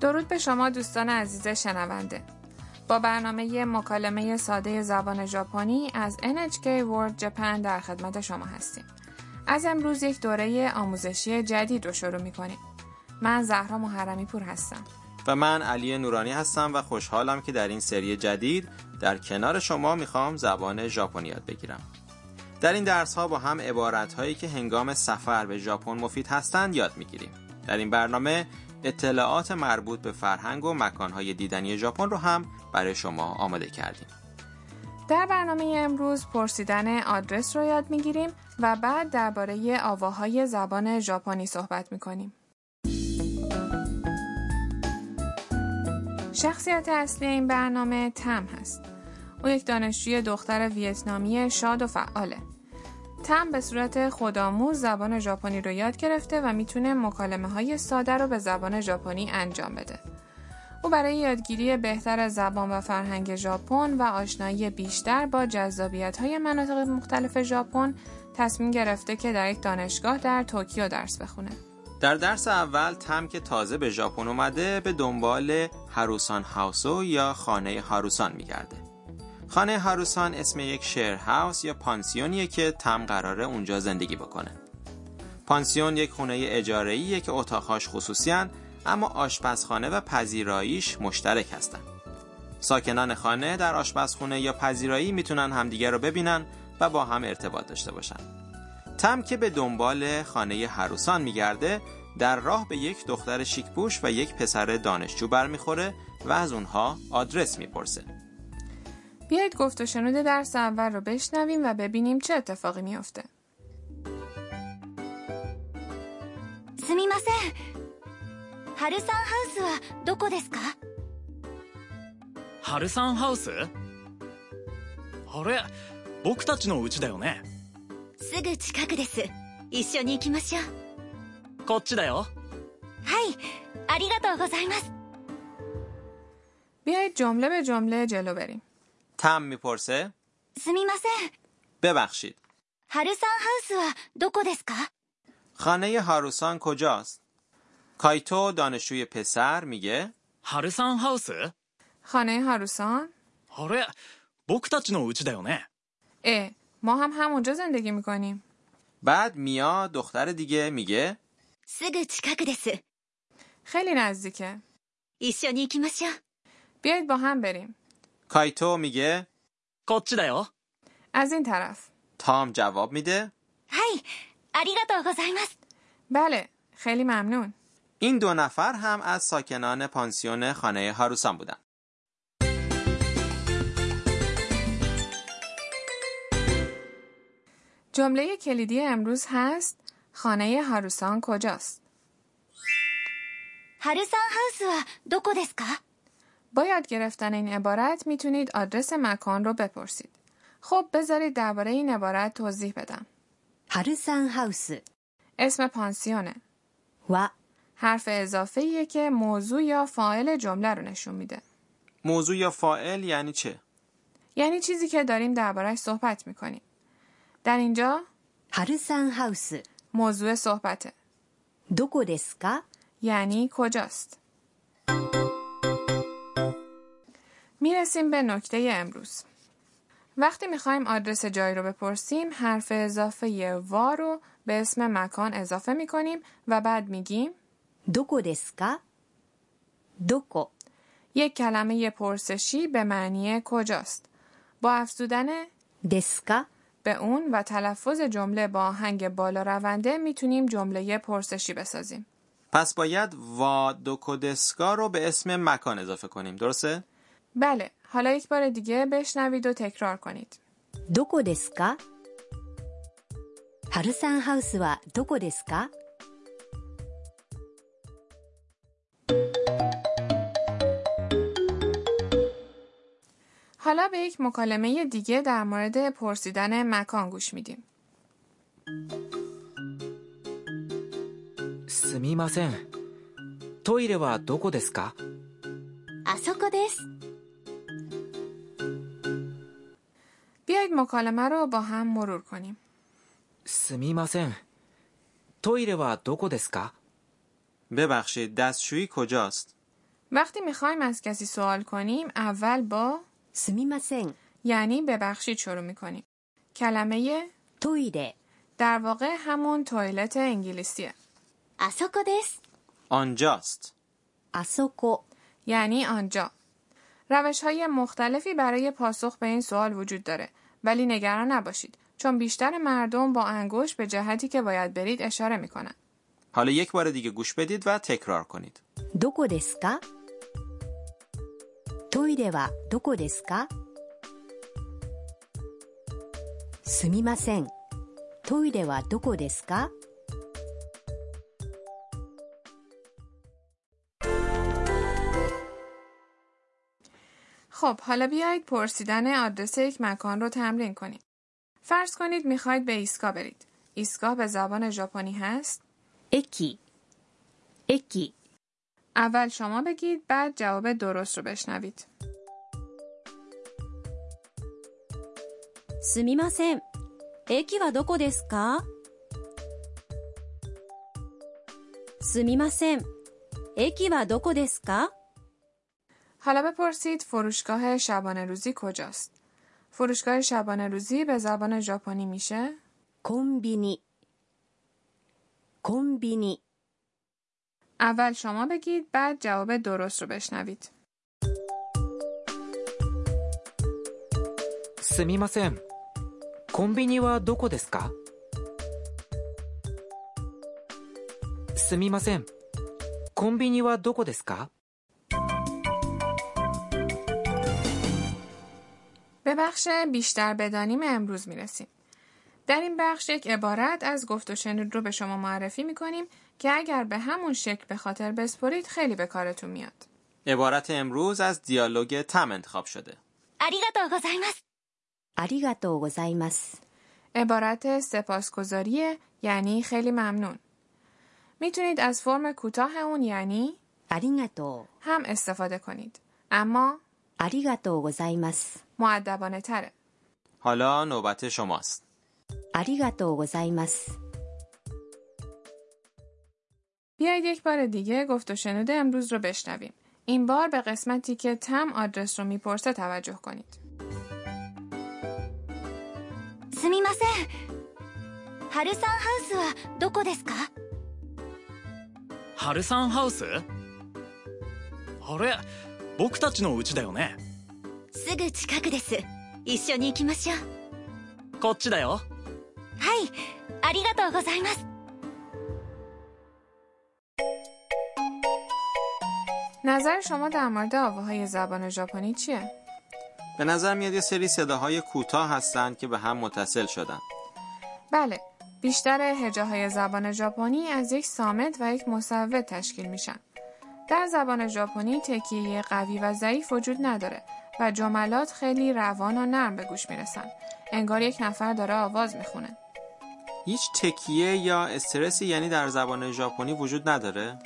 درود به شما دوستان عزیز شنونده با برنامه مکالمه ساده زبان ژاپنی از NHK World Japan در خدمت شما هستیم از امروز یک دوره آموزشی جدید رو شروع می کنیم من زهرا محرمی پور هستم و من علی نورانی هستم و خوشحالم که در این سری جدید در کنار شما میخوام زبان ژاپنی یاد بگیرم در این درس ها با هم عبارت هایی که هنگام سفر به ژاپن مفید هستند یاد میگیریم در این برنامه اطلاعات مربوط به فرهنگ و مکانهای دیدنی ژاپن رو هم برای شما آماده کردیم. در برنامه امروز پرسیدن آدرس رو یاد میگیریم و بعد درباره آواهای زبان ژاپنی صحبت میکنیم. شخصیت اصلی این برنامه تم هست. او یک دانشجوی دختر ویتنامی شاد و فعاله. تم به صورت خودآموز زبان ژاپنی رو یاد گرفته و میتونه مکالمه های ساده رو به زبان ژاپنی انجام بده. او برای یادگیری بهتر از زبان و فرهنگ ژاپن و آشنایی بیشتر با جذابیت های مناطق مختلف ژاپن تصمیم گرفته که در یک دانشگاه در توکیو درس بخونه. در درس اول تم که تازه به ژاپن اومده به دنبال هاروسان هاوسو یا خانه هاروسان میگرده. خانه هاروسان اسم یک شیر هاوس یا پانسیونیه که تم قراره اونجا زندگی بکنه. پانسیون یک خونه اجاره‌ایه که اتاقهاش خصوصیان اما آشپزخانه و پذیراییش مشترک هستن. ساکنان خانه در آشپزخونه یا پذیرایی میتونن همدیگه رو ببینن و با هم ارتباط داشته باشن. تم که به دنبال خانه هروسان میگرده در راه به یک دختر شیکپوش و یک پسر دانشجو برمیخوره و از اونها آدرس میپرسه. بیایید گفت و شنود درس اول رو بشنویم و ببینیم چه اتفاقی میافته. すみませんハルサンハウスはどこですかハルサンハウスあれ僕たちの家だよねすぐ近くです一緒に行きましょうはこっちだよいありがとうございます بیایید جمله به جمله جلو بریم. تم میپرسه すみません ببخشید ハルサンハウスはどこですか خانه هاروسان کجاست؟ کایتو دانشجوی پسر میگه ハルサンハウス خانه هاروسان؟ あれ僕たちの家だよね اه ما هم همونجا زندگی میکنیم. بعد میا دختر دیگه میگه すぐ近くです خیلی نزدیکه. 一緒に行きましょう بیایید با هم بریم. کایتو میگه こっちだよ از این طرف. تام جواب میده はいありがとうございます بله، خیلی ممنون. این دو نفر هم از ساکنان پانسیون خانه هاروسان بودن جمله کلیدی امروز هست خانه هاروسان کجاست؟ ハルサンハウスはどこですか با یاد گرفتن این عبارت میتونید آدرس مکان رو بپرسید. خب بذارید درباره این عبارت توضیح بدم. ハルサンハウス اسم پانسیونه. は حرف اضافه که موضوع یا فاعل جمله رو نشون میده. موضوع یا فائل یعنی چه؟ یعنی چیزی که داریم دربارهش صحبت میکنیم. در اینجا ハルサンハウス موضوع صحبته. どこですか یعنی کجاست؟ میرسیم به نکته امروز. وقتی میخوایم آدرس جایی رو بپرسیم حرف اضافه وا رو به اسم مکان اضافه میکنیم و بعد میگیم どこですかどこ یک کلمه پرسشی به معنی کجاست با افزودن ですか به اون و تلفظ جمله با آهنگ بالا رونده میتونیم جمله پرسشی بسازیم پس باید وادوکودسکا رو به اسم مکان اضافه کنیم درسته؟ بله حالا یک بار دیگه بشنوید و تکرار کنید どこですかハルサンハウスはどこですか حالا به یک مکالمه دیگه در مورد پرسیدن مکان گوش میدیم すみませんトイレはどこですかあそこです بیا مکالمه رو با هم مرور کنیم. すみませんトイレはどこですか ببخشید دستشویی کجاست؟ وقتی میخوایم از کسی سوال کنیم اول با すみません یعنی ببخشید شروع میکنیم. کلمه トイレ در واقع همون تویلت انگلیسیه あそこです آنجاست. あそこ یعنی آنجا. روش های مختلفی برای پاسخ به این سوال وجود داره ولی نگران نباشید چون بیشتر مردم با انگشت به جهتی که باید برید اشاره میکنن. حالا یک بار دیگه گوش بدید و تکرار کنید. どこですかトイレはどこですかすみませんトイレはどこですか خب حالا بیایید پرسیدن آدرس یک مکان رو تمرین کنید. فرض کنید میخواید به ایسکا برید. ایسکا به زبان ژاپنی هست. 駅駅 اول شما بگید بعد جواب درست رو بشنوید. すみません駅はどこですかすみません駅はどこですか حالا بپرسید فروشگاه شبانه روزی کجاست؟ فروشگاه شبانه روزی به زبان ژاپنی میشه コンビニコンビニ اول شما بگید بعد جواب درست رو بشنوید. すみませんコンビニはどこですかすみませんコンビニはどこですか به بخش بیشتر بدانیم امروز میرسیم. در این بخش یک عبارت از گفت و شنود رو به شما معرفی میکنیم که اگر به همون شکل به خاطر بسپرید خیلی به کارتون میاد. عبارت امروز از دیالوگ تم انتخاب شده. ありがとうございますありがとうございます عبارت سپاسگزاریه یعنی خیلی ممنون. میتونید از فرم کوتاه اون یعنی ありがと هم استفاده کنید. اما うありがとうございます معدبانه تره. حالا نوبت شماست. ありがとうございます بیایید یک بار دیگه گفت و شنود امروز رو بشنویم. این بار به قسمتی که تم آدرس رو میپرسه توجه کنید. すみませんハルサンハウスはどこですかハルサンハウスあれ僕たちの家だよねすぐ近くです一緒に行きましょうこっちだよはいありがとうございます نظر شما در مورد آواهای زبان ژاپنی چیه؟ به نظر میاد یه سری صداهای کوتاه هستند که به هم متصل شدن. بله، بیشتر هجاهای زبان ژاپنی از یک سامت و یک مصوت تشکیل میشن. در زبان ژاپنی تکیه قوی و ضعیف وجود نداره و جملات خیلی روان و نرم به گوش میرسن. انگار یک نفر داره آواز میخونه. هیچ تکیه یا استرسی یعنی در زبان ژاپنی وجود نداره؟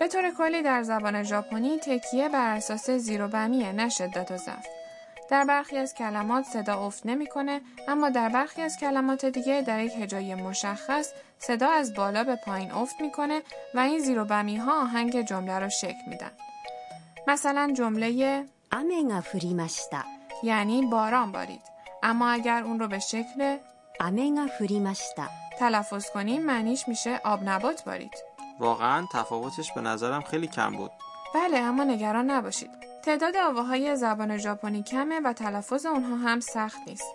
به طور کلی در زبان ژاپنی تکیه بر اساس زیر و بمیه نه شدت و ضعف در برخی از کلمات صدا افت نمیکنه اما در برخی از کلمات دیگه در یک هجای مشخص صدا از بالا به پایین افت میکنه و این زیر و بمی ها آهنگ جمله رو شکل میدن مثلا جمله 雨が降りました یعنی باران بارید اما اگر اون رو به شکل 雨が降りました تلفظ کنیم معنیش میشه آب نبات بارید واقعا تفاوتش به نظرم خیلی کم بود. بله اما نگران نباشید تعداد آواهای زبان ژاپنی کمه و تلفظ اونها هم سخت نیست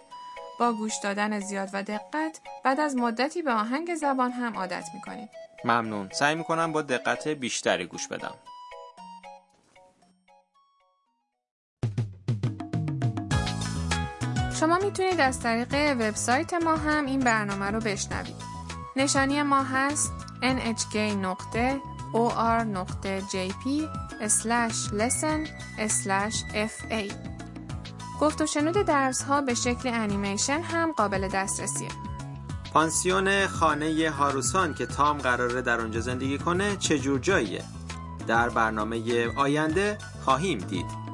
با گوش دادن زیاد و دقت بعد از مدتی به آهنگ زبان هم عادت میکنید ممنون. سعی میکنم با دقت بیشتری گوش بدم. شما میتونید از طریق وبسایت ما هم این برنامه رو بشنوید نشانی ما هست nhk.or.jp/lesson/fa گفت و شنود درس ها به شکل انیمیشن هم قابل دسترسیه پانسیون خانه هاروسان که تام قراره در اونجا زندگی کنه چه جور جاییه؟ در برنامه آینده خواهیم دید.